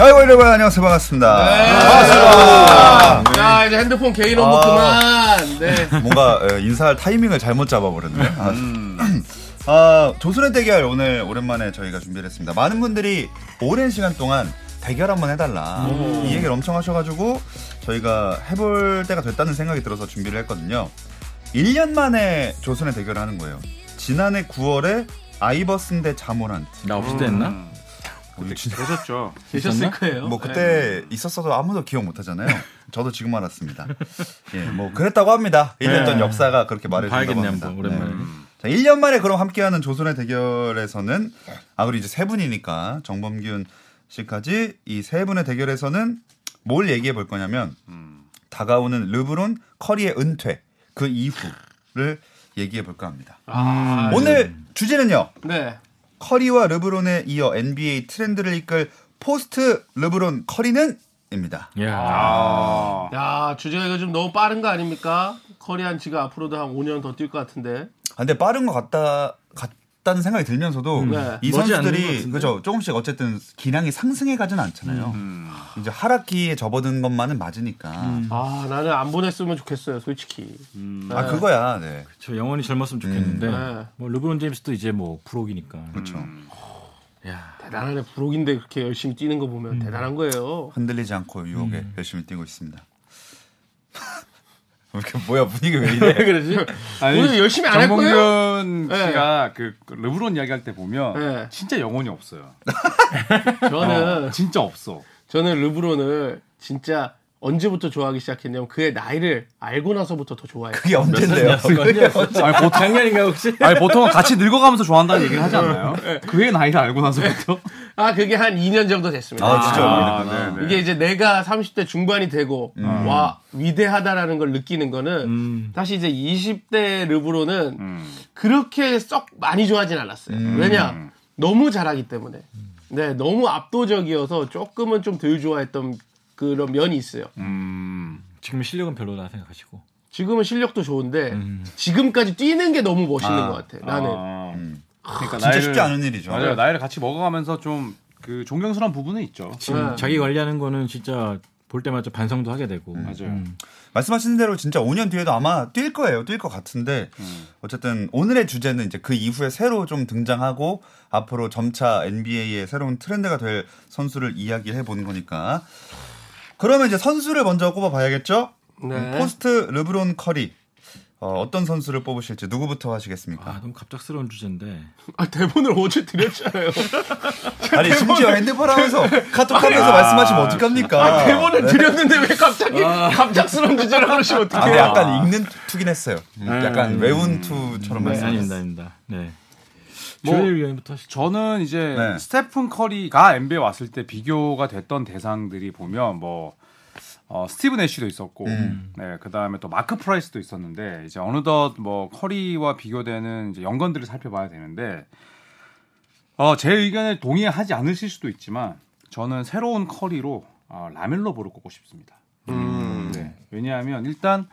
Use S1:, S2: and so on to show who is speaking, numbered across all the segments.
S1: 아이고 여러분 안녕하세요 반갑습니다.
S2: 네. 반갑습니다. 야 이제 핸드폰 개인 업무 그만. 네.
S1: 뭔가 에, 인사할 타이밍을 잘못 잡아버렸네요. 아,
S2: 음.
S1: 아, 조선의 대결 오늘 오랜만에 저희가 준비를 했습니다. 많은 분들이 오랜 시간 동안 대결 한번 해달라 이 얘기를 엄청 하셔가지고 저희가 해볼 때가 됐다는 생각이 들어서 준비를 했거든요. 1년 만에 조선의 대결을 하는 거예요. 지난해 9월에 아이버슨 대 자모란트.
S3: 나 없을 때
S2: 음.
S3: 했나?
S1: 우리 진짜
S4: 되셨죠.
S2: 계셨을 거예요.
S1: 뭐 그때
S3: 네.
S1: 있었어도 아무도 기억 못 하잖아요. 저도 지금 알았습니다. 예, 뭐 그랬다고 합니다. 1년 전
S3: 네. 뭐,
S1: 역사가 그렇게 말해준다고
S3: 봐야겠네
S1: 합니다.
S3: 한번 오랜만에.
S1: 자, 1년 만에 그럼 함께하는 조선의 대결에서는 아 우리 이제 세 분이니까 정범균 씨까지 이 세 분의 대결에서는 뭘 얘기해 볼 거냐면 다가오는 르브론 커리의 은퇴 그 이후를 얘기해 볼까 합니다.
S2: 아,
S3: 예.
S1: 오늘 주제는요.
S2: 네.
S1: 커리와 르브론에 이어 NBA 트렌드를 이끌 포스트 르브론 커리는 입니다.
S3: 네. 야.
S4: 아.
S2: 야 주제가 이거 좀 너무 빠른 거 아닙니까? 커리안 지가 앞으로도 한 5년 더 뛸 것 같은데.
S1: 아, 근데 빠른 것 같다 같다는 생각이 들면서도
S2: 네.
S1: 이
S3: 머지 않는 것
S1: 선수들이
S3: 같은데?
S1: 그죠 조금씩 어쨌든 기량이 상승해 가진 않잖아요. 이제 하락기에 접어든 것만은 맞으니까
S2: 아 나는 안 보냈으면 좋겠어요 솔직히.
S1: 아
S2: 네.
S1: 그거야. 네.
S3: 저 영원히 젊었으면 좋겠는데.
S2: 음. 네.
S3: 뭐 르브론 제임스도 이제 뭐 프로기니까.
S1: 그렇죠.
S3: 야.
S2: 대단하네 부록인데 그렇게 열심히 뛰는 거 보면 대단한 거예요.
S1: 흔들리지 않고 유혹에 열심히 뛰고 있습니다. 이렇게 뭐야 분위기 왜 이래?
S2: 왜 그러지?
S4: 아니,
S2: 오늘 열심히 안 할 거예요?
S4: 정봉균
S2: 네.
S4: 씨가 그 르브론 이야기할 때 보면
S2: 네.
S4: 진짜 영혼이 없어요.
S2: 저는
S4: 어, 진짜 없어.
S2: 저는 르브론을 진짜 언제부터 좋아하기 시작했냐면 그의 나이를 알고 나서부터 더 좋아해요.
S1: 그게 언젠데요? 그게 언제-
S4: 아니, 보통,
S3: 작년인가 혹시?
S4: 아니 보통은 같이 늙어가면서 좋아한다는 얘기를 하지 않나요? 그의 나이를 알고 나서부터.
S2: 아 그게 한 2년 정도 됐습니다.
S1: 아 진짜
S4: 아,
S1: 오래됐구나.
S4: 네, 네.
S2: 이게 이제 내가 30대 중반이 되고
S1: 음.
S2: 와 위대하다라는 걸 느끼는 거는 다시 이제 20대 르브로는
S1: 음.
S2: 그렇게 썩 많이 좋아하진 않았어요. 왜냐 너무 잘하기 때문에 네 너무 압도적이어서 조금은 좀 덜 좋아했던 그런 면이 있어요.
S4: 음.
S3: 지금 실력은 별로다 생각하시고.
S2: 지금은 실력도 좋은데 지금까지 뛰는 게 너무 멋있는
S1: 음. 아.
S2: 것 같아. 네. 나는
S4: 아, 그러니까
S1: 진짜 쉽지 않은 일이죠.
S4: 맞아요. 나이를 같이 먹어가면서 좀 그 존경스러운 부분은 있죠.
S3: 지금
S2: 네.
S3: 자기 관리하는 거는 진짜 볼 때마다 좀 반성도 하게 되고.
S4: 맞아요.
S1: 말씀하신 대로 진짜 5년 뒤에도 아마 뛸 거예요. 뛸 것 같은데 어쨌든 오늘의 주제는 이제 그 이후에 새로 좀 등장하고 앞으로 점차 NBA의 새로운 트렌드가 될 선수를 이야기해 보는 거니까 그러면 이제 선수를 먼저 꼽아봐야겠죠.
S2: 네.
S1: 음, 포스트 르브론 커리 어, 떤 선수를 뽑으실지 누구부터 하시겠습니까?
S3: 아, 너무 갑작스러운 주제인데.
S2: 아, 대본을 어제 드렸잖아요.
S1: 아, 니 심지어 아, 핸드폰 하면서 카톡하면서 말씀하시면 어떡합니까?
S2: 대본을
S1: 네.
S2: 드렸는데 왜 갑자기 갑작스러운 주제를 그러시면
S1: 아, 근데
S2: 어떡해요?
S1: 약간 읽는 투긴 했어요. 음, 약간 외운 투처럼
S3: 네,
S1: 말씀하셨어요.
S3: 아닙니다, 아닙니다. 네.
S4: 뭐-
S3: 조일 위원부터 하시죠.
S4: 저는 이제
S1: 네.
S4: 스테픈 커리가 NBA 왔을 때 비교가 됐던 대상들이 보면 뭐 어, 스티브 내쉬도 있었고, 네, 그 다음에 또 마크 프라이스도 있었는데, 이제 어느덧 뭐 커리와 비교되는 이제 연관들을 살펴봐야 되는데, 어, 제 의견에 동의하지 않으실 수도 있지만, 저는 새로운 커리로 어, 라멜로보를 꼽고 싶습니다. 네, 왜냐하면 일단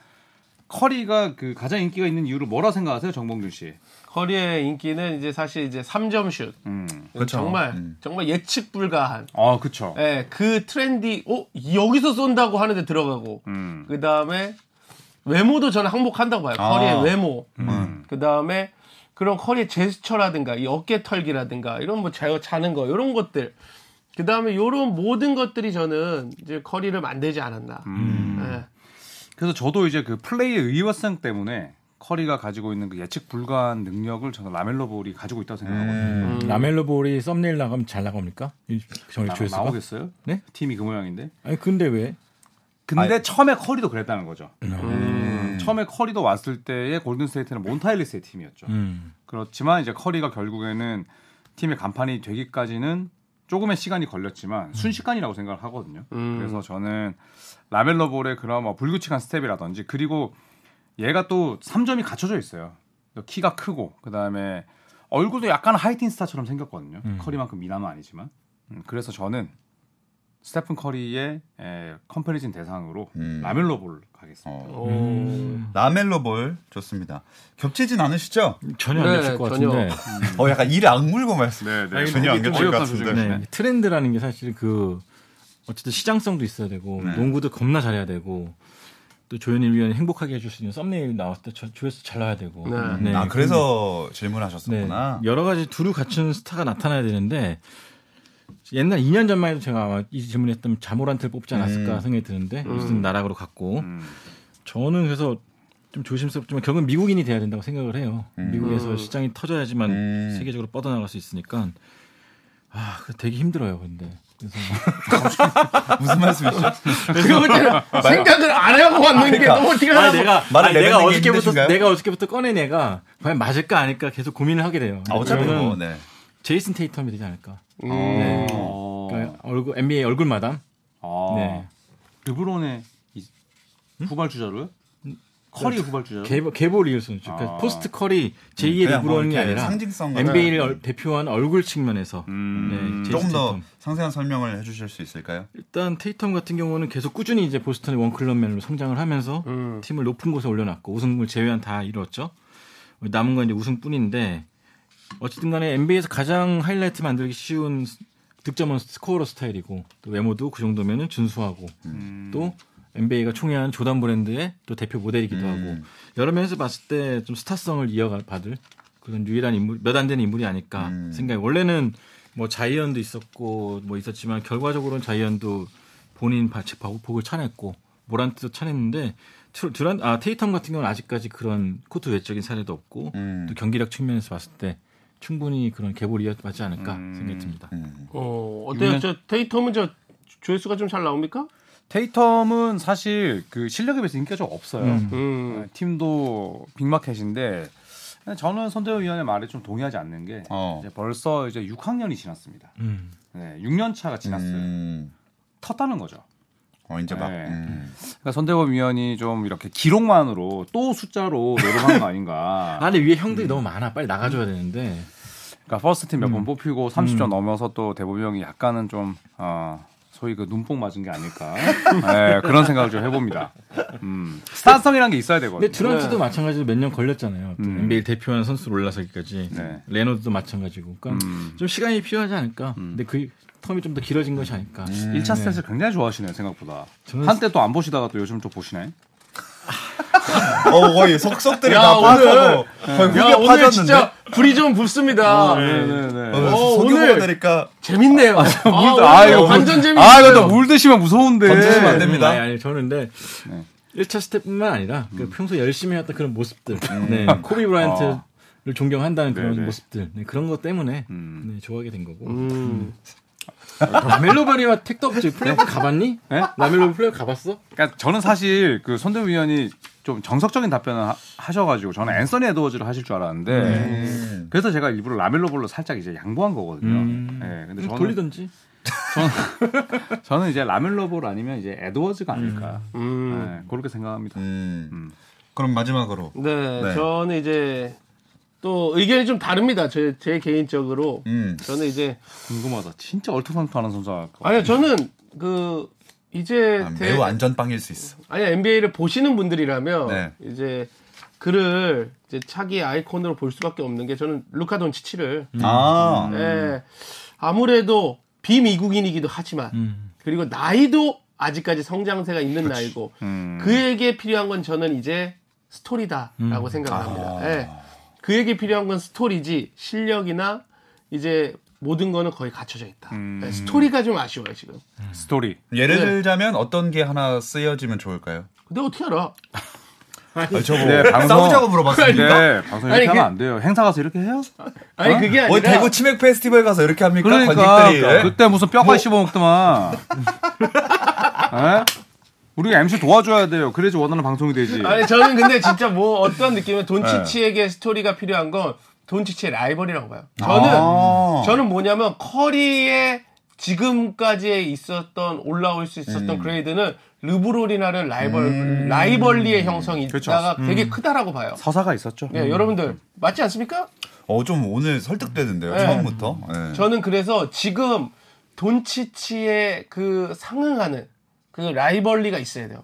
S4: 커리가 그 가장 인기가 있는 이유를 뭐라 생각하세요, 정봉준 씨?
S2: 커리의 인기는 이제 사실 이제 3점 슛.
S4: 음.
S1: 그쵸.
S2: 정말
S1: 음.
S2: 정말 예측 불가한.
S4: 아, 그쵸.
S2: 예, 그 트렌디 어 여기서 쏜다고 하는데 들어가고.
S4: 음.
S2: 그다음에 외모도 저는 항복한다고 봐요.
S1: 아.
S2: 커리의 외모.
S4: 음.
S2: 그다음에 그런 커리의 제스처라든가 이 어깨 털기라든가 이런 뭐 자유 차는 거 이런 것들. 그다음에 이런 모든 것들이 저는 이제 커리를 만들지 않았나.
S1: 음.
S2: 예.
S4: 그래서 저도 이제 그 플레이의 의외성 때문에 커리가 가지고 있는 그 예측 불가한 능력을 저는 라멜로 볼이 가지고 있다고
S1: 음.
S4: 생각하거든요.
S2: 음.
S3: 라멜로 볼이 썸네일 나가면 잘 나갑니까? 이 정일
S4: 나,
S3: 조회수가?
S4: 나오겠어요?
S3: 네?
S4: 팀이 그 모양인데.
S3: 아니 근데 왜?
S4: 근데 처음에 커리도 그랬다는 거죠. 처음에 커리도 왔을 때의 골든스테이트는 몬타일리스의 팀이었죠.
S3: 음.
S4: 그렇지만 이제 커리가 결국에는 팀의 간판이 되기까지는 조금의 시간이
S3: 음.
S4: 걸렸지만 순식간이라고 생각을 하거든요. 그래서 저는 라멜로 볼의 그런 뭐 불규칙한 스텝이라든지 그리고 얘가 또 3점이 갖춰져 있어요. 키가 크고 그다음에 얼굴도 약간 하이틴 음, 스타처럼 생겼거든요. 커리만큼 미남은 아니지만. 음, 그래서 저는 스테픈 커리의 에, 컴패리즌 대상으로
S1: 음.
S4: 라멜로 볼 가겠습니다.
S1: 어,
S2: 오.
S1: 라멜로 볼 좋습니다. 겹치진 않으시죠?
S3: 전혀
S2: 네,
S3: 안 겹칠 것
S2: 전혀.
S3: 같은데.
S1: 어 약간 일에 악물고 말씀.
S4: 네, 네.
S1: 아니, 전혀 안 겹칠 것 같은데.
S3: 네. 트렌드라는 게 사실 그 어쨌든 시장성도 있어야 되고
S1: 네.
S3: 농구도 겁나 잘해야 되고 또 조현일 위원 행복하게 해줄 수 있는 썸네일 나왔을 때 조- 조회수 잘 나와야 되고.
S2: 네.
S1: 아 그래서 질문하셨었구나.
S3: 네, 여러 가지 두루 갖춘 스타가 나타나야 되는데 옛날 2년 전만 해도 제가 아마 이 질문했던 자모란트를 뽑지 않았을까
S1: 음.
S3: 생각이 드는데
S2: 음.
S3: 무슨 나락으로 갔고
S4: 음.
S3: 저는 그래서 좀 조심스럽지만 결국은 미국인이 돼야 된다고 생각을 해요.
S1: 음.
S3: 미국에서
S2: 음.
S3: 시장이 터져야지만
S1: 음.
S3: 세계적으로 뻗어나갈 수 있으니까 아 그거 되게 힘들어요, 근데 그래서
S1: 아, 무슨 말씀이시죠?
S2: 그리고 그때는 생각을 안 하고 왔는 게
S1: 그러니까.
S2: 너무 티가
S3: 아니,
S2: 나고
S3: 내가
S1: 말을
S3: 아니, 내가
S1: 내뱉는 게
S3: 어저께부터
S1: 힘드신가요?
S3: 내가 어저께부터 꺼낸 애가 과연 맞을까 아닐까 계속 고민을 하게 돼요.
S1: 아, 어차피
S3: 그러면
S1: 뭐 네.
S3: 제이슨 테이텀이 되지 않을까.
S2: 음.
S4: 네.
S3: 어. 그러니까 얼굴 NBA 얼굴 마담.
S4: 아,
S3: 네.
S4: 르브론의 이- 음? 후발주자로요? 커리 후발주자로?
S3: 개볼 개볼 이을순 그러니까
S4: 아.
S3: 포스트 커리 제2의
S1: 그냥 뭐
S3: 리브론이
S1: 이렇게
S3: 아니라
S1: 상징성과
S3: NBA를 대표한 얼굴 측면에서
S4: 음.
S3: 네, 제이슨
S1: 조금 더
S3: 테이텀.
S1: 상세한 설명을 해주실 수 있을까요?
S3: 일단 테이텀 같은 경우는 계속 꾸준히 이제 보스턴의 원클럽맨으로 성장을 하면서
S2: 음.
S3: 팀을 높은 곳에 올려놨고 우승을 제외한 다 이뤘죠. 남은 건 이제 우승뿐인데 어쨌든 간에 NBA에서 가장 하이라이트 만들기 쉬운 스- 득점은 스코어러 스타일이고 또 외모도 그 정도면은 준수하고
S4: 음.
S3: 또 NBA가 총애한 조단 브랜드의 또 대표 모델이기도
S1: 음.
S3: 하고 여러 면에서 봤을 때 좀 스타성을 이어받을 그런 유일한 인물 몇 안 되는 인물이 아닐까
S1: 음.
S3: 생각이 그러니까 원래는 뭐 자이언도 있었고 뭐 있었지만 결과적으로는 자이언도 본인 바- 보복을 차냈고 모란트도 차냈는데 트- 드란 아 테이텀 같은 경우는 아직까지 그런 코트 외적인 사례도 없고
S1: 음.
S3: 또 경기력 측면에서 봤을 때 충분히 그런 계보를 이어받지 않을까
S4: 음.
S3: 생각이 듭니다.
S1: 음.
S2: 어, 어때요?
S3: 이번엔-
S2: 저 테이텀은 저 조회수가 좀 잘 나옵니까?
S4: 테이텀은 사실 그 실력에 비해서 인기가 좀 없어요.
S3: 음.
S2: 음.
S4: 네, 팀도 빅마켓인데 저는 손대우 위원의 말에 좀 동의하지 않는 게
S1: 어.
S4: 이제 벌써 이제 6학년이 지났습니다.
S3: 음.
S4: 네, 6년 차가 지났어요.
S1: 음.
S4: 텄다는 거죠.
S1: 어 이제 막.
S4: 네.
S1: 음.
S4: 그러니까 손대우 위원이 좀 이렇게 기록만으로 또 숫자로 내려가는 거 아닌가.
S3: 안에 위에 형들이
S4: 음.
S3: 너무 많아 빨리 나가줘야 되는데
S4: 그러니까 퍼스트 팀 몇 번 뽑히고 30점 넘어서 또 대보명이 약간은 좀 어, 소위 그 눈뽕 맞은 게 아닐까 네, 그런 생각을 좀 해봅니다. 음, 스타성이라는 게 있어야 되거든요.
S3: 근데 드런트도
S2: 네.
S3: 마찬가지로 몇 년 걸렸잖아요. 또
S4: 음.
S3: NBA 대표하는 선수로 올라서기까지.
S4: 네.
S3: 레노드도 마찬가지고. 그러니까
S4: 음.
S3: 좀 시간이 필요하지 않을까. 근데 그 텀이 좀 더 길어진 것이 아닐까.
S4: 1차 스탯을 굉장히 좋아하시네요 생각보다.
S3: 저는-
S4: 한때 또 안 보시다가 또 요즘 좀 보시네.
S1: 어 거의 속속들이
S2: 야,
S1: 다
S2: 오늘-
S1: 파악하고 거의
S2: 야,
S1: 후벼
S2: 오늘
S1: 파졌는데.
S2: 진짜 불이 좀 붙습니다.
S4: 네네네.
S1: 어,
S2: 어,
S1: 속여보다
S2: 오늘-
S1: 되니까
S2: 재밌네요. 아, 오늘 완전 재밌어요.
S4: 아, 근데 물 드시면 무서운데.
S1: 던지시면 안 됩니다.
S3: 아니, 아니, 저는 근데
S4: 네.
S3: 1차 스텝뿐만 아니라 그 평소 열심히 해왔던 그런 모습들. 네. 코비 브라이언트를
S4: 아.
S3: 존경한다는 그런
S4: 네네.
S3: 모습들. 네, 그런 것 때문에
S4: 음.
S3: 네, 좋아하게 된 거고. 아,
S2: 음.
S3: 라멜로 바리와 택도 없지. 플레이오프 가봤니?
S4: 네?
S3: 라멜로 플레이오프 가봤어?
S4: 그러니까 저는 사실 그 손대우 위원이 좀 정석적인 답변을 하, 하셔가지고 저는 앤서니 에드워즈를 하실 줄 알았는데
S1: 음.
S4: 그래서 제가 일부러 라멜로볼로 살짝 이제 양보한 거거든요.
S3: 음.
S4: 예, 근데
S3: 그럼
S4: 저는
S3: 돌리던지.
S4: 저는 이제 라멜로볼 아니면 이제 에드워즈가 아닐까
S2: 음.
S4: 예, 그렇게 생각합니다.
S1: 음. 그럼 마지막으로
S2: 네,
S1: 네.
S2: 저는 이제 또 의견이 좀 다릅니다. 제, 제 개인적으로.
S1: 음.
S2: 저는 이제
S4: 궁금하다. 진짜 얼토당토하는 선수가
S2: 아니요, 저는 그 이제
S1: 아,
S2: 대-
S1: 매우 안전빵일 수 있어.
S2: 아니 NBA를 보시는 분들이라면
S1: 네.
S2: 이제 그를 이제 차기 아이콘으로 볼 수밖에 없는 게 저는 루카 돈치치를
S1: 아
S2: 예, 아무래도 비미국인이기도 하지만
S1: 음.
S2: 그리고 나이도 아직까지 성장세가 있는 나이고
S4: 음.
S2: 그에게 필요한 건 저는 이제 스토리다라고
S1: 음.
S2: 생각합니다.
S1: 아.
S2: 예. 그에게 필요한 건 스토리지 실력이나 이제 모든 거는 거의 갖춰져 있다.
S4: 음.
S2: 예, 스토리가 좀 아쉬워요 지금.
S4: 스토리.
S1: 예를
S2: 네.
S1: 들자면 어떤 게 하나 쓰여지면 좋을까요?
S2: 근데 어떻게 알아?
S1: 아, 저뭐
S4: 네, 방송-
S1: 싸우자고 물어봤습니다.
S4: 네, 방송 이렇게
S2: 아니,
S4: 하면
S2: 그-
S4: 안 돼요. 행사 가서 이렇게 해요?
S2: 아니 그게
S1: 뭐
S2: 아니라
S1: 대구 치맥 페스티벌 가서 이렇게 합니까?
S4: 그러니까,
S1: 관객들이
S4: 그러니까
S1: 예?
S4: 그때 무슨 뼈가 씹어먹더만. 예? 우리가 MC 도와줘야 돼요. 그래야지 원하는 방송이 되지.
S2: 아니 저는 근데 진짜 뭐 어떤
S1: 네.
S2: 느낌이면 돈치치에게 스토리가 필요한 건 돈치치의 라이벌이라고 봐요. 저는
S4: 어.
S1: 아.
S2: 저는 뭐냐면 커리의 지금까지의 있었던 올라올 수 있었던
S4: 음.
S2: 그레이드는 르브론이라는 라이벌 라이벌리의 형성이
S4: 그렇죠.
S2: 있다가
S4: 음.
S2: 되게 크다라고 봐요.
S4: 서사가 있었죠.
S2: 네, 여러분들 맞지 않습니까?
S1: 어, 좀 오늘 설득되는데요.
S2: 네.
S1: 처음부터. 예.
S2: 저는 그래서 지금 돈치치의 그 상응하는 그 라이벌리가 있어야 돼요.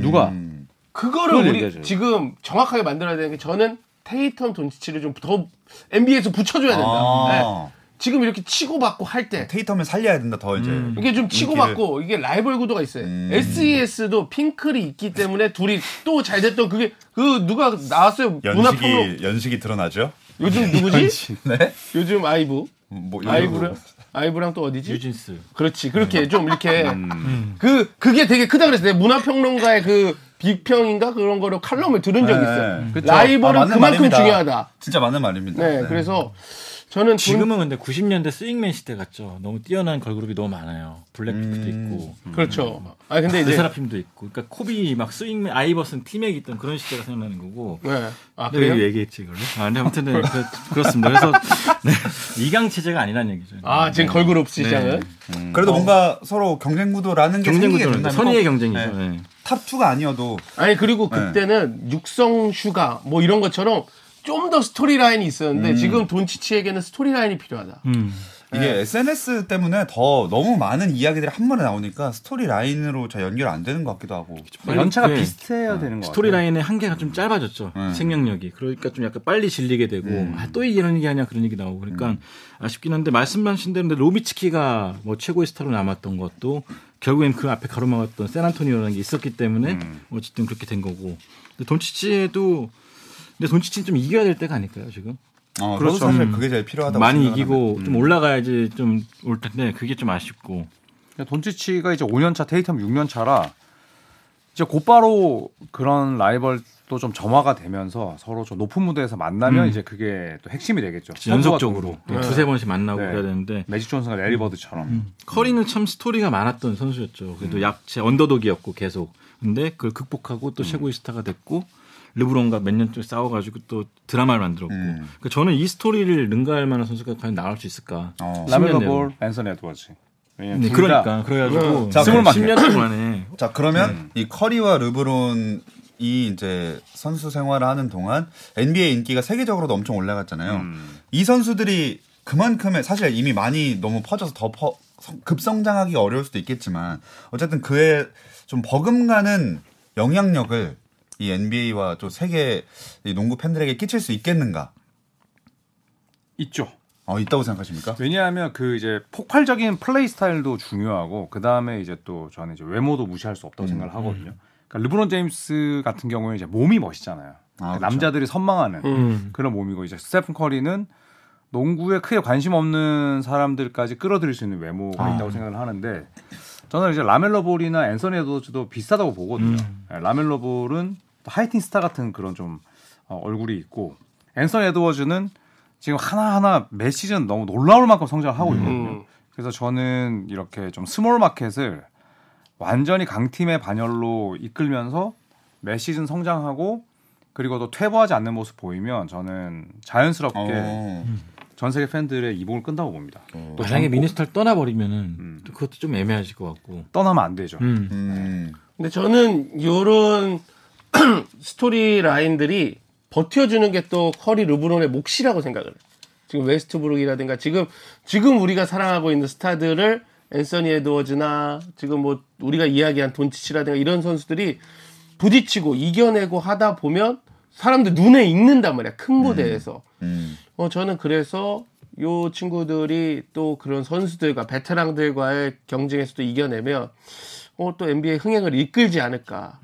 S4: 누가?
S1: 음.
S2: 그거를
S4: 그걸
S2: 우리
S4: 얘기하죠.
S2: 지금 정확하게 만들어야 되는 게 저는 테이텀 돈치치를 좀 더 NBA에서 붙여줘야 된다. 네.
S1: 아,
S2: 지금 이렇게 치고받고 할 때
S1: 테이텀을 살려야 된다 더 이제.
S2: 음. 이게 좀 치고받고 이게 라이벌 구도가 있어요.
S1: 음.
S2: SES도 핑클이 있기 때문에 둘이 또 잘 됐던 그게 그 누가 나왔어요 문화평론
S1: 연식이 연식이 드러나죠?
S2: 요즘 누구지?
S1: 네.
S2: 요즘 아이브
S1: 뭐
S2: 아이브랑 아이브랑 또 어디지?
S3: 유진스.
S2: 그렇지
S1: 음.
S2: 그렇게 좀 이렇게 그 그게 되게 크다 그랬어요. 내 문화평론가의 그 비평인가 그런 거로 칼럼을 들은 적이
S1: 네.
S2: 있어요.
S1: 음.
S4: 그쵸.
S2: 라이벌은
S1: 아, 맞는
S2: 그만큼
S1: 말입니다.
S2: 중요하다.
S1: 진짜 맞는 말입니다.
S2: 네, 그래서 저는 지금
S3: 지금은 근데 90년대 스윙맨 시대 같죠. 너무 뛰어난 걸그룹이 너무 많아요. 블랙핑크도 있고.
S2: 그렇죠. 아 근데 이제
S3: 르세라핌도 있고, 그러니까 코비 막 스윙맨 아이버슨 팀에 있던 그런 시대가 생각나는 거고.
S2: 네. 아
S3: 근데 왜
S2: 그래요?
S3: 얘기했지 이걸? 아, 근데 아무튼 네, 그, 그렇습니다. 그래서 네, 이강 체제가 아니라는 얘기죠.
S2: 아 지금 걸그룹 시장은 어.
S1: 그래도 뭔가 서로 경쟁 구도라는 게
S3: 경쟁
S1: 생기게
S3: 구도는
S1: 된다면
S3: 선의의
S1: 꼭
S3: 경쟁이죠. 네.
S1: 탑 2가 아니어도
S2: 아니 그리고 그때는 육성 슈가 뭐 이런 것처럼 좀 더 스토리 라인이 있었는데 지금 돈치치에게는 스토리 라인이 필요하다.
S1: 이게
S3: 네.
S1: SNS 때문에 더 너무 많은 이야기들이 한 번에 나오니까 스토리 라인으로 잘 연결 안 되는 것 같기도 하고. 어,
S3: 빨리
S4: 연차가
S3: 네.
S4: 비슷해야 되는 것 같아요.
S3: 스토리라인의 한계가 좀 짧아졌죠. 생명력이. 그러니까 좀 약간 빨리 질리게 되고 아, 또 이런 얘기 하냐 그런 얘기 나오고 그러니까 아쉽긴 한데 말씀하신 대로 근데 로비츠키가 뭐 최고의 스타로 남았던 것도 결국엔 그 앞에 가로막았던 샌안토니오라는 게 있었기 때문에 어쨌든 그렇게 된 거고 근데 돈치치도 근데 돈치치는 좀 이겨야 될 때가 아닐까요 지금?
S1: 어,
S3: 그렇죠.
S1: 그렇죠. 사실 그게 제일 필요하다고
S3: 많이
S1: 생각을 합니다.
S3: 이기고
S4: 음.
S3: 좀 올라가야지 좀 올 텐데 그게 좀 아쉽고
S4: 그러니까 돈치치가 이제 5년차, 테이텀 6년차라 이제 곧바로 그런 라이벌도 좀 점화가 되면서 서로 좀 높은 무대에서 만나면 이제 그게 또 핵심이 되겠죠.
S3: 연속적으로
S4: 선수가 또
S3: 두세 번씩 만나고
S4: 네.
S3: 그래야 되는데
S4: 매직 존슨과 레리버드처럼
S3: 커리는 참 스토리가 많았던 선수였죠.
S4: 음.
S3: 그래도 약체 언더독이었고 계속. 근데 그걸 극복하고
S4: 음.
S3: 또 최고의 스타가 됐고 르브론과 몇 년째 싸워가지고 또 드라마를 만들었고.
S4: 음.
S3: 그러니까 저는 이 스토리를 능가할 만한 선수가 과연 나올 수 있을까.
S1: 어.
S4: 라멜로
S3: 10년
S4: 볼, 앤서니 에드워즈. 왜냐면
S3: 네,
S4: 둘 다-
S3: 그러니까
S4: 네.
S3: 그래가지고
S1: 자,
S4: 스물만
S3: 10년 동안에
S1: 자 그러면 이 커리와 르브론이 이제 선수 생활을 하는 동안 NBA 인기가 세계적으로도 엄청 올라갔잖아요. 이 선수들이 그만큼의 사실 이미 많이 너무 퍼져서 더 퍼- 성- 급성장하기 어려울 수도 있겠지만 어쨌든 그의 좀 버금가는 영향력을 이 NBA와 또 세계 이 농구 팬들에게 끼칠 수 있겠는가?
S4: 있죠.
S1: 어 있다고 생각하십니까?
S4: 왜냐하면 그 이제 폭발적인 플레이 스타일도 중요하고 그 다음에 이제 또 저는 이제 외모도 무시할 수
S1: 음,
S4: 없다고 생각을 하거든요. 그러니까 르브론 제임스 같은 경우에 이제 몸이 멋있잖아요. 그러니까
S1: 그렇죠.
S4: 남자들이 선망하는 그런 몸이고 이제 스테픈 커리는 농구에 크게 관심 없는 사람들까지 끌어들일 수 있는 외모가
S1: 아.
S4: 있다고 생각을 하는데 저는 이제 라멜로 볼이나 앤서니 에드워즈도 비슷하다고 보거든요. 예, 라멜로 볼은 또 하이틴 스타 같은 그런 좀 어, 얼굴이 있고 앤서니 에드워즈는 지금 하나하나 매 시즌 너무 놀라울 만큼 성장을 하고 있거든요.
S2: 음.
S4: 그래서 저는 이렇게 좀 스몰 마켓을 완전히 강팀의 반열로 이끌면서 매 시즌 성장하고 그리고 또 퇴보하지 않는 모습 보이면 저는 자연스럽게
S1: 어.
S4: 전 세계 팬들의 이목을 끈다고 봅니다. 또
S3: 만약에
S4: 젊고-
S3: 미니스타를 떠나버리면은 어.
S4: 음.
S3: 또 그것도 좀 애매해질 것 같고.
S4: 떠나면 안 되죠.
S3: 음.
S1: 음.
S2: 근데 저는 요런 스토리 라인들이 버텨주는 게 또 커리 르브론의 몫이라고 생각을 해요. 지금 웨스트브룩이라든가 지금 지금 우리가 사랑하고 있는 스타들을 앤서니 에드워즈나 지금 뭐 우리가 이야기한 돈치치라든가 이런 선수들이 부딪히고 이겨내고 하다 보면 사람들 눈에 익는단 말이야 큰 무대에서
S1: 음.
S2: 어, 저는 그래서 요 친구들이 또 그런 선수들과 베테랑들과의 경쟁에서도 이겨내면 어, 또 NBA 흥행을 이끌지 않을까.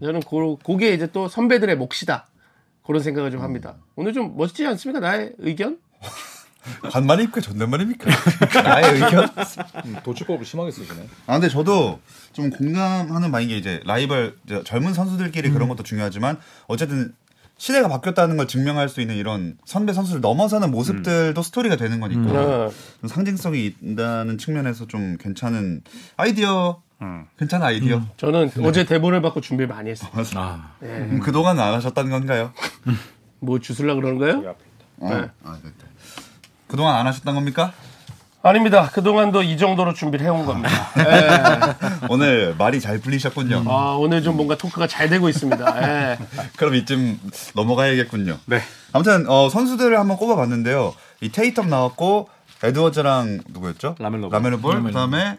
S2: 저는 고, 그게 이제 또 선배들의 몫이다. 그런 생각을 좀 합니다. 오늘 좀 멋지지 않습니까? 나의 의견?
S1: 반말입니까 존댓말입니까? 나의 의견?
S4: 도출법을 심하게 쓰시네.
S1: 아 근데 저도 좀 공감하는 바인 게 이제 라이벌 이제 젊은 선수들끼리
S4: 음.
S1: 그런 것도 중요하지만 어쨌든 시대가 바뀌었다는 걸 증명할 수 있는 이런 선배 선수를 넘어서는 모습들도
S4: 음.
S1: 스토리가 되는
S3: 아,
S1: 거니까
S2: 어.
S1: 좀 상징성이 있다는 측면에서 좀 괜찮은 아이디어
S4: 음.
S1: 괜찮은 아이디어
S2: 저는 어제 대본을 받고 준비를 많이 했어요.
S3: 아,
S1: 음, 그동안 안 하셨다는 건가요?
S2: 뭐 주술라 그러는 거예요?
S1: 어. 아, 네, 네. 그동안 안 하셨던 겁니까?
S2: 아닙니다. 그동안도 이 정도로 준비를 해온 겁니다.
S1: 오늘 말이 잘 풀리셨군요.
S4: 음.
S2: 아, 오늘 좀 뭔가 토크가 잘 되고 있습니다. 예.
S3: 아.
S1: 그럼 이쯤 넘어가야겠군요.
S4: 네.
S1: 아무튼 어, 선수들을 한번 꼽아봤는데요. 이 테이텀 나왔고 에드워즈랑 누구였죠?
S4: 라멜로 볼. 음.
S1: 라멜로 볼.
S3: 라멜로
S1: 그다음에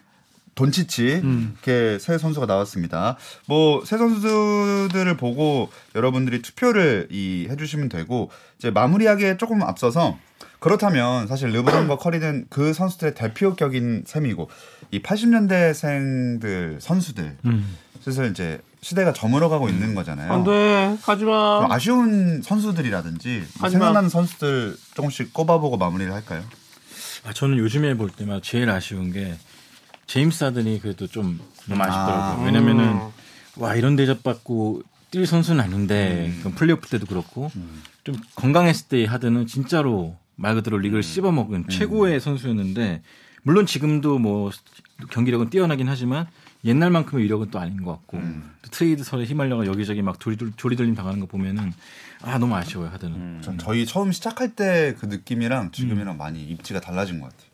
S1: 돈치치 이렇게 세 선수가 나왔습니다. 뭐 세 선수들을 보고 여러분들이 투표를 이 해주시면 되고 이제 마무리하기에 조금 앞서서 그렇다면 사실 르브론과 커리는 그 선수들의 대표격인 셈이고 이 80년대생들 선수들
S4: 음.
S1: 슬슬 이제 시대가 저물어가고 있는 거잖아요.
S2: 안돼
S1: 그럼
S2: 가지마
S1: 뭐 아쉬운 선수들이라든지
S2: 어?
S1: 뭐
S2: 하지만-
S1: 생각나는 선수들 조금씩 꼽아보고 마무리를 할까요?
S3: 아, 저는 요즘에 볼 때마다 제일 아쉬운 게 제임스 하든이 그래도 좀 너무 아쉽더라고요. 왜냐면은
S2: 음.
S3: 와 이런 대접 받고 뛸 선수는 아닌데 그 플레이오프 때도 그렇고 좀 건강했을 때 하든은 진짜로 말 그대로 리그를 씹어먹은 최고의 선수였는데 물론 지금도 뭐 경기력은 뛰어나긴 하지만 옛날만큼의 위력은 또 아닌 것 같고 또 트레이드 설에 휘말려가 여기저기 막 조리돌, 조리돌림 당하는 거 보면은 아 너무 아쉬워요 하든은
S1: 전 저희 처음 시작할 때 그 느낌이랑 지금이랑 많이 입지가 달라진 것 같아요.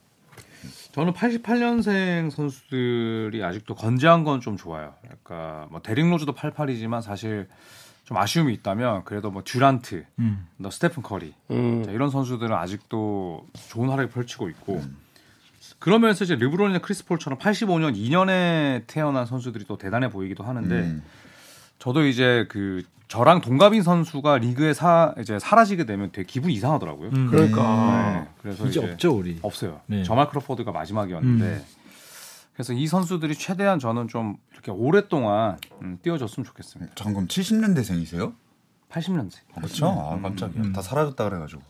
S4: 저는 88년생 선수들이 아직도 건재한 건 좀 좋아요. 약간 뭐 데릭 로즈도 88이지만 사실 좀 아쉬움이 있다면 그래도 뭐 듀란트,
S3: 음.
S4: 너 스테픈 커리
S2: 음.
S4: 자, 이런 선수들은 아직도 좋은 활약을 펼치고 있고
S3: 음.
S4: 그러면서 이제 르브론이나 크리스폴처럼 85년 2년에 태어난 선수들이 또 대단해 보이기도 하는데
S1: 음.
S4: 저도 이제 그 저랑 동갑인 선수가 리그에 사 이제 사라지게 되면 되게 기분 이상하더라고요.
S3: 음.
S2: 그러니까
S4: 네, 그래서
S3: 이제 없죠 우리
S4: 없어요.
S3: 네. 음.
S4: 저말 크로포드가 마지막이었는데 그래서 이 선수들이 최대한 저는 좀 이렇게 오랫동안 음, 뛰어줬으면 좋겠습니다.
S1: 잠깐 네. 그럼 70년대생이세요?
S4: 80년생.
S1: 그렇죠.
S4: 음,
S1: 아, 깜짝이야. 다 사라졌다 그래가지고.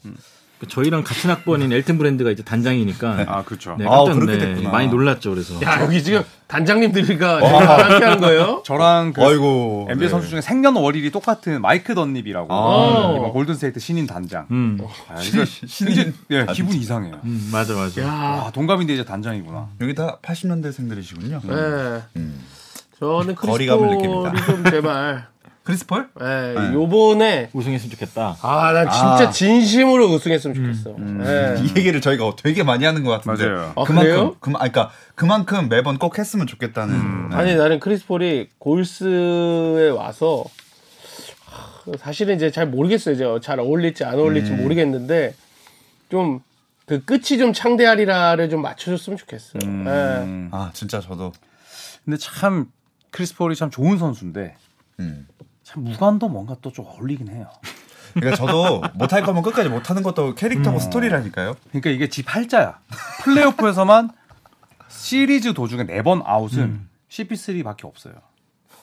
S3: 그 저희랑 같은 학번인 엘튼 브랜드가 이제 단장이니까
S4: 아 그렇죠.
S3: 네,
S1: 아,
S3: 깜짝
S1: 그렇게
S3: 네,
S1: 됐구나.
S3: 많이 놀랐죠 그래서
S2: 야
S1: 네.
S2: 여기 지금 단장님들이가
S1: 어.
S2: 지금 함께 한 거예요?
S4: 저랑 그
S1: 아이고.
S4: NBA
S1: 네.
S4: 선수 중에 생년월일이 똑같은 마이크 던닙이라고
S1: 아.
S4: 이번 골든스테이트 신인 단장.
S3: 음,
S4: 아, 이거 이제 예, 기분 이상해요.
S3: 음, 맞아 맞아
S2: 야,
S4: 와 동갑인데 이제 단장이구나.
S1: 여기 다 80년대생들이시군요.
S4: 네.
S2: 예.
S1: 음.
S2: 저는
S1: 거리감을
S2: 크리스폴이
S1: 느낍니다. 네.
S2: 좀 제발.
S1: 크리스폴?
S2: 예, 요번에
S3: 우승했으면 좋겠다
S2: 아 난 진짜 진심으로 우승했으면
S1: 음.
S2: 좋겠어. 예.
S1: 이 얘기를 저희가 되게 많이 하는 것 같은데.
S4: 네. 맞아요.
S2: 아,
S1: 그만큼,
S2: 그래요?
S1: 그만까 그만큼 매번 꼭 했으면 좋겠다는. 네.
S4: 음.
S2: 아니 나는 크리스폴이 골스에 와서 하, 사실은 이제 잘 모르겠어요. 이제 잘 어울릴지 안 어울릴지
S1: 음.
S2: 모르겠는데 좀 그 끝이 좀 창대하리라를 좀 맞춰줬으면 좋겠어요. 예.
S1: 아, 진짜 저도.
S4: 근데 참 크리스폴이 참 좋은 선수인데
S1: 음.
S4: 참 무관도 뭔가 또 좀 어울리긴 해요.
S1: 그러니까 저도 못할 거면 끝까지 못하는 것도
S4: 음.
S1: 캐릭터고 스토리라니까요.
S4: 그러니까 이게 지 팔자야. 플레이오프에서만 시리즈 도중에 네 번 아웃은 CP3밖에 없어요.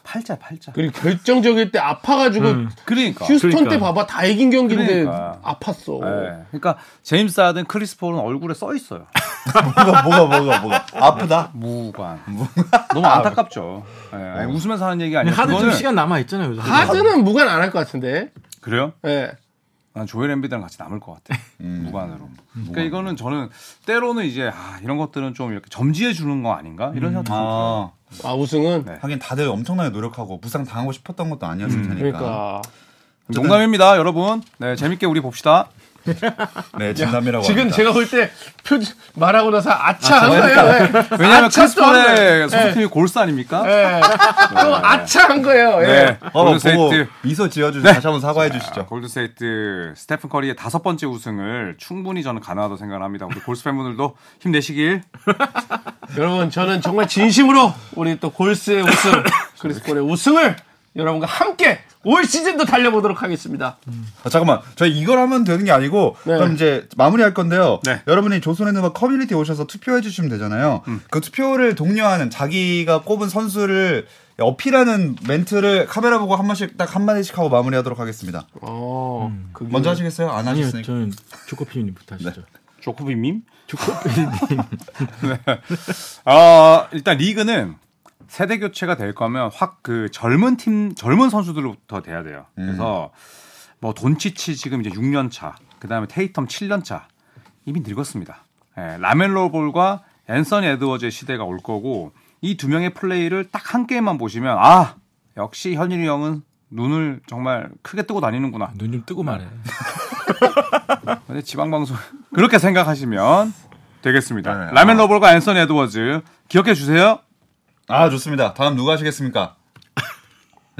S4: 팔자 팔자.
S2: 그리고 결정적일 때 아파가지고
S1: 음.
S4: 그러니까.
S2: 휴스턴 때
S3: 그러니까.
S2: 봐봐 다 이긴 경기인데
S4: 그러니까.
S2: 아팠어.
S4: 예. 그러니까 제임스 하든 크리스폴은 얼굴에 써 있어요.
S1: 뭐가, 뭐가, 뭐가, 뭐가. 아프다.
S4: 무관. 너무 안타깝죠. 예, 아니, 웃으면서 하는 얘기 아니에요.
S3: 하드 좀
S4: 그거는-
S3: 시간 남아 있잖아요 요즘.
S2: 하드는 무관 안 할 것 같은데.
S4: 그래요?
S2: 예.
S4: 난 조엘 엠비드랑 같이 남을 것 같아. 무관으로. 그러니까 이거는 저는 때로는 이제 아, 이런 것들은 좀 이렇게 점지해 주는 거 아닌가 이런 생각도 좀 들어요.
S1: 아,
S2: 아 우승은
S4: 네.
S1: 하긴 다들 엄청나게 노력하고 부상 당하고 싶었던 것도 아니었을 테니까.
S2: 그러니까
S4: 농담입니다, 여러분. 네, 재밌게 우리 봅시다.
S1: 네, 진담이라고.
S2: 지금
S1: 합니다.
S2: 제가 볼 때 표지 말하고 나서 아차 한 거예요. 예.
S4: 왜냐하면
S2: 아차 또 한 거예요.
S4: 크리스폴의 소속팀이 골스 아닙니까?
S2: 예. 또 아차 한 거예요. 예.
S4: 네.
S1: 어, 보고
S4: 골든세이트
S1: 미소 지어주시 다시 한번 사과해 주시죠.
S4: 골든세이트 스테픈 커리의 다섯 번째 우승을 충분히 저는 가능하다고 생각합니다. 우리 골스 팬분들도 힘내시길.
S2: 여러분 저는 정말 진심으로 우리 또 골스의 우승, 크리스폴의 우승을 여러분과 함께 올 시즌도 달려보도록 하겠습니다.
S1: 아, 잠깐만, 저희 이걸 하면 되는 게 아니고
S2: 네.
S1: 그럼 이제 마무리할 건데요.
S4: 네.
S1: 여러분이 조선의 음악 커뮤니티 오셔서 투표해 주시면 되잖아요. 그 투표를 독려하는 자기가 꼽은 선수를 어필하는 멘트를 카메라 보고 한 번씩 딱 한 마디씩 하고 마무리하도록 하겠습니다.
S2: 어,
S4: 음.
S2: 그게-
S1: 먼저 하시겠어요? 안
S3: 아니요
S1: 하셨으니까.
S3: 저는 조코피님부터 하시죠
S4: 조코비 밈? 네.
S3: 조코피님
S4: 아 일단 리그는 세대 교체가 될 거면 확 그 젊은 팀 젊은 선수들로부터 돼야 돼요. 그래서 뭐 돈치치 지금 이제 6년 차, 그다음에 테이텀 7년 차 이미 늙었습니다. 예, 라멜로 볼과 앤서니 에드워즈의 시대가 올 거고 이 두 명의 플레이를 딱 한 게임만 보시면 아 역시 현일이 형은 눈을 정말 크게 아, 뜨고 다니는구나.
S3: 눈 좀 뜨고 말해
S4: 근데 지방 방송 그렇게 생각하시면 되겠습니다.
S1: 네,
S4: 라멜로 볼과 앤서니 에드워즈 기억해 주세요.
S1: 아 좋습니다. 다음 누가 하시겠습니까?
S3: 네.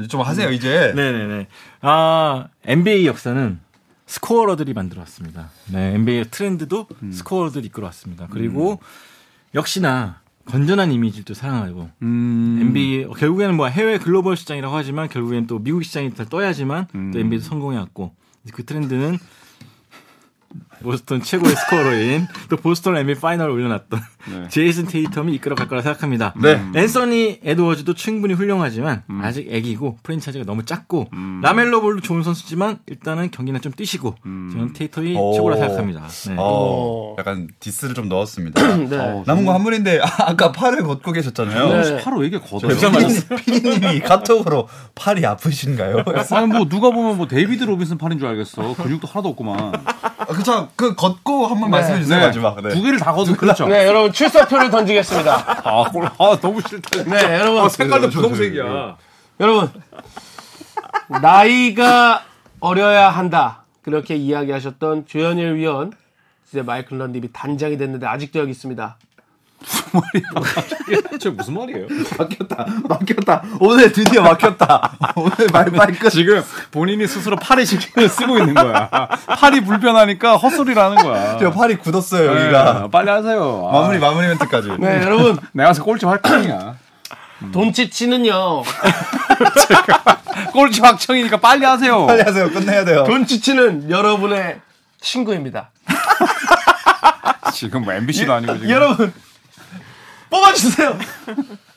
S1: 이제 좀 하세요 이제.
S3: 네네네 아 NBA 역사는 스코어러들이 만들어왔습니다. 네, NBA의 트렌드도 스코어러들이 이끌어왔습니다. 그리고 역시나 건전한 이미지를 또 사랑하고
S4: 음.
S3: NBA 어, 결국에는 뭐 해외 글로벌 시장이라고 하지만 결국엔 또 미국 시장이 다 떠야지만
S1: 음.
S3: 또 NBA도 성공해왔고 그 트렌드는 보스턴 최고의 스코어러인 또 보스턴 NBA 파이널 올려놨던 제이슨 테이텀이 이끌어갈 거라 생각합니다. 음.
S1: 네. 음.
S3: 앤서니 에드워즈도 충분히 훌륭하지만 아직 애기고 프랜차이즈가 너무 작고 라멜로 볼도 좋은 선수지만 일단은 경기는 좀 뛰시고 저는 테이텀이
S1: 음. 오.
S3: 최고라 생각합니다. 네.
S1: 어,
S2: 오.
S1: 약간 디스를 좀 넣었습니다.
S2: 네.
S4: 어,
S1: 남은 거 한 분인데 아, 까 팔을 걷고 계셨잖아요.
S2: 네.
S4: 바로 이게 거둬요.
S3: 웹상 맞았어요.
S1: 피디님이 카톡으로 팔이 아프신가요?
S4: 아니 뭐 누가 보면 뭐 데이비드 로빈슨 팔인 줄 알겠어. 근육도 하나도 없구만.
S1: 그쵸, 그 걷고 한 번 말씀해 주세요 마지막. 네.
S4: 두 개를 다 거둔 그렇죠.
S2: 네, 여러분 출사표를 던지겠습니다.
S4: 아, 골- 아 너무 싫다. 아,
S2: 네, 여러분.
S4: 어, 색깔도 주홍색이야.
S2: 여러분 나이가 어려야 한다 그렇게 이야기하셨던 조현일 위원 이제 마이클 런립이 단장이 됐는데 아직도 여기 있습니다.
S4: 저 무슨 말이에요?
S1: 막혔다, 막혔다. 오늘 드디어 막혔다. 오늘 말발끝.
S4: 지금 본인이 스스로 팔에 신경을 쓰고 있는 거야. 팔이 불편하니까 헛소리라는 거야.
S1: 저 팔이 굳었어요
S4: 아. 네,
S1: 여기가.
S4: 빨리 하세요. 아,
S1: 마무리 마무리 멘트까지.
S2: 네 여러분
S4: 내가 가서 꼴찌 확정이야.
S2: 음. 돈치치는요
S4: 꼴찌 확정이니까 빨리 하세요.
S1: 빨리 하세요. 끝내야 돼요.
S2: 그 돈치치는 여러분의 친구입니다.
S4: 지금 뭐 MBC도 아니고 지금.
S2: 여러분 뽑아주세요.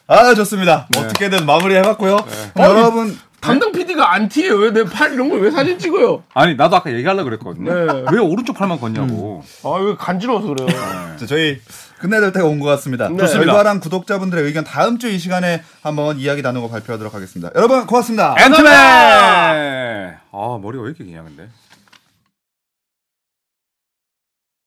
S1: 아 좋습니다. 어떻게든 마무리 해봤고요. 여러분
S2: 담당 PD가 안 티에요. 왜 내 팔 이런 걸 왜 사진 찍어요?
S4: 아니 나도 아까 얘기하려고 그랬거든요.
S2: 네.
S4: 왜 오른쪽 팔만 걷냐고.
S2: 아 왜 간지러워서 그래요.
S1: 자, 저희 끝내야 될 때가 온 것 같습니다.
S4: 네. 좋습니다.
S1: 열과랑 구독자분들의 의견 다음 주 이 시간에 한번 이야기 나누고 발표하도록 하겠습니다. 여러분 고맙습니다.
S4: 앤트맨. 아 머리가 왜 이렇게 기냐 근데.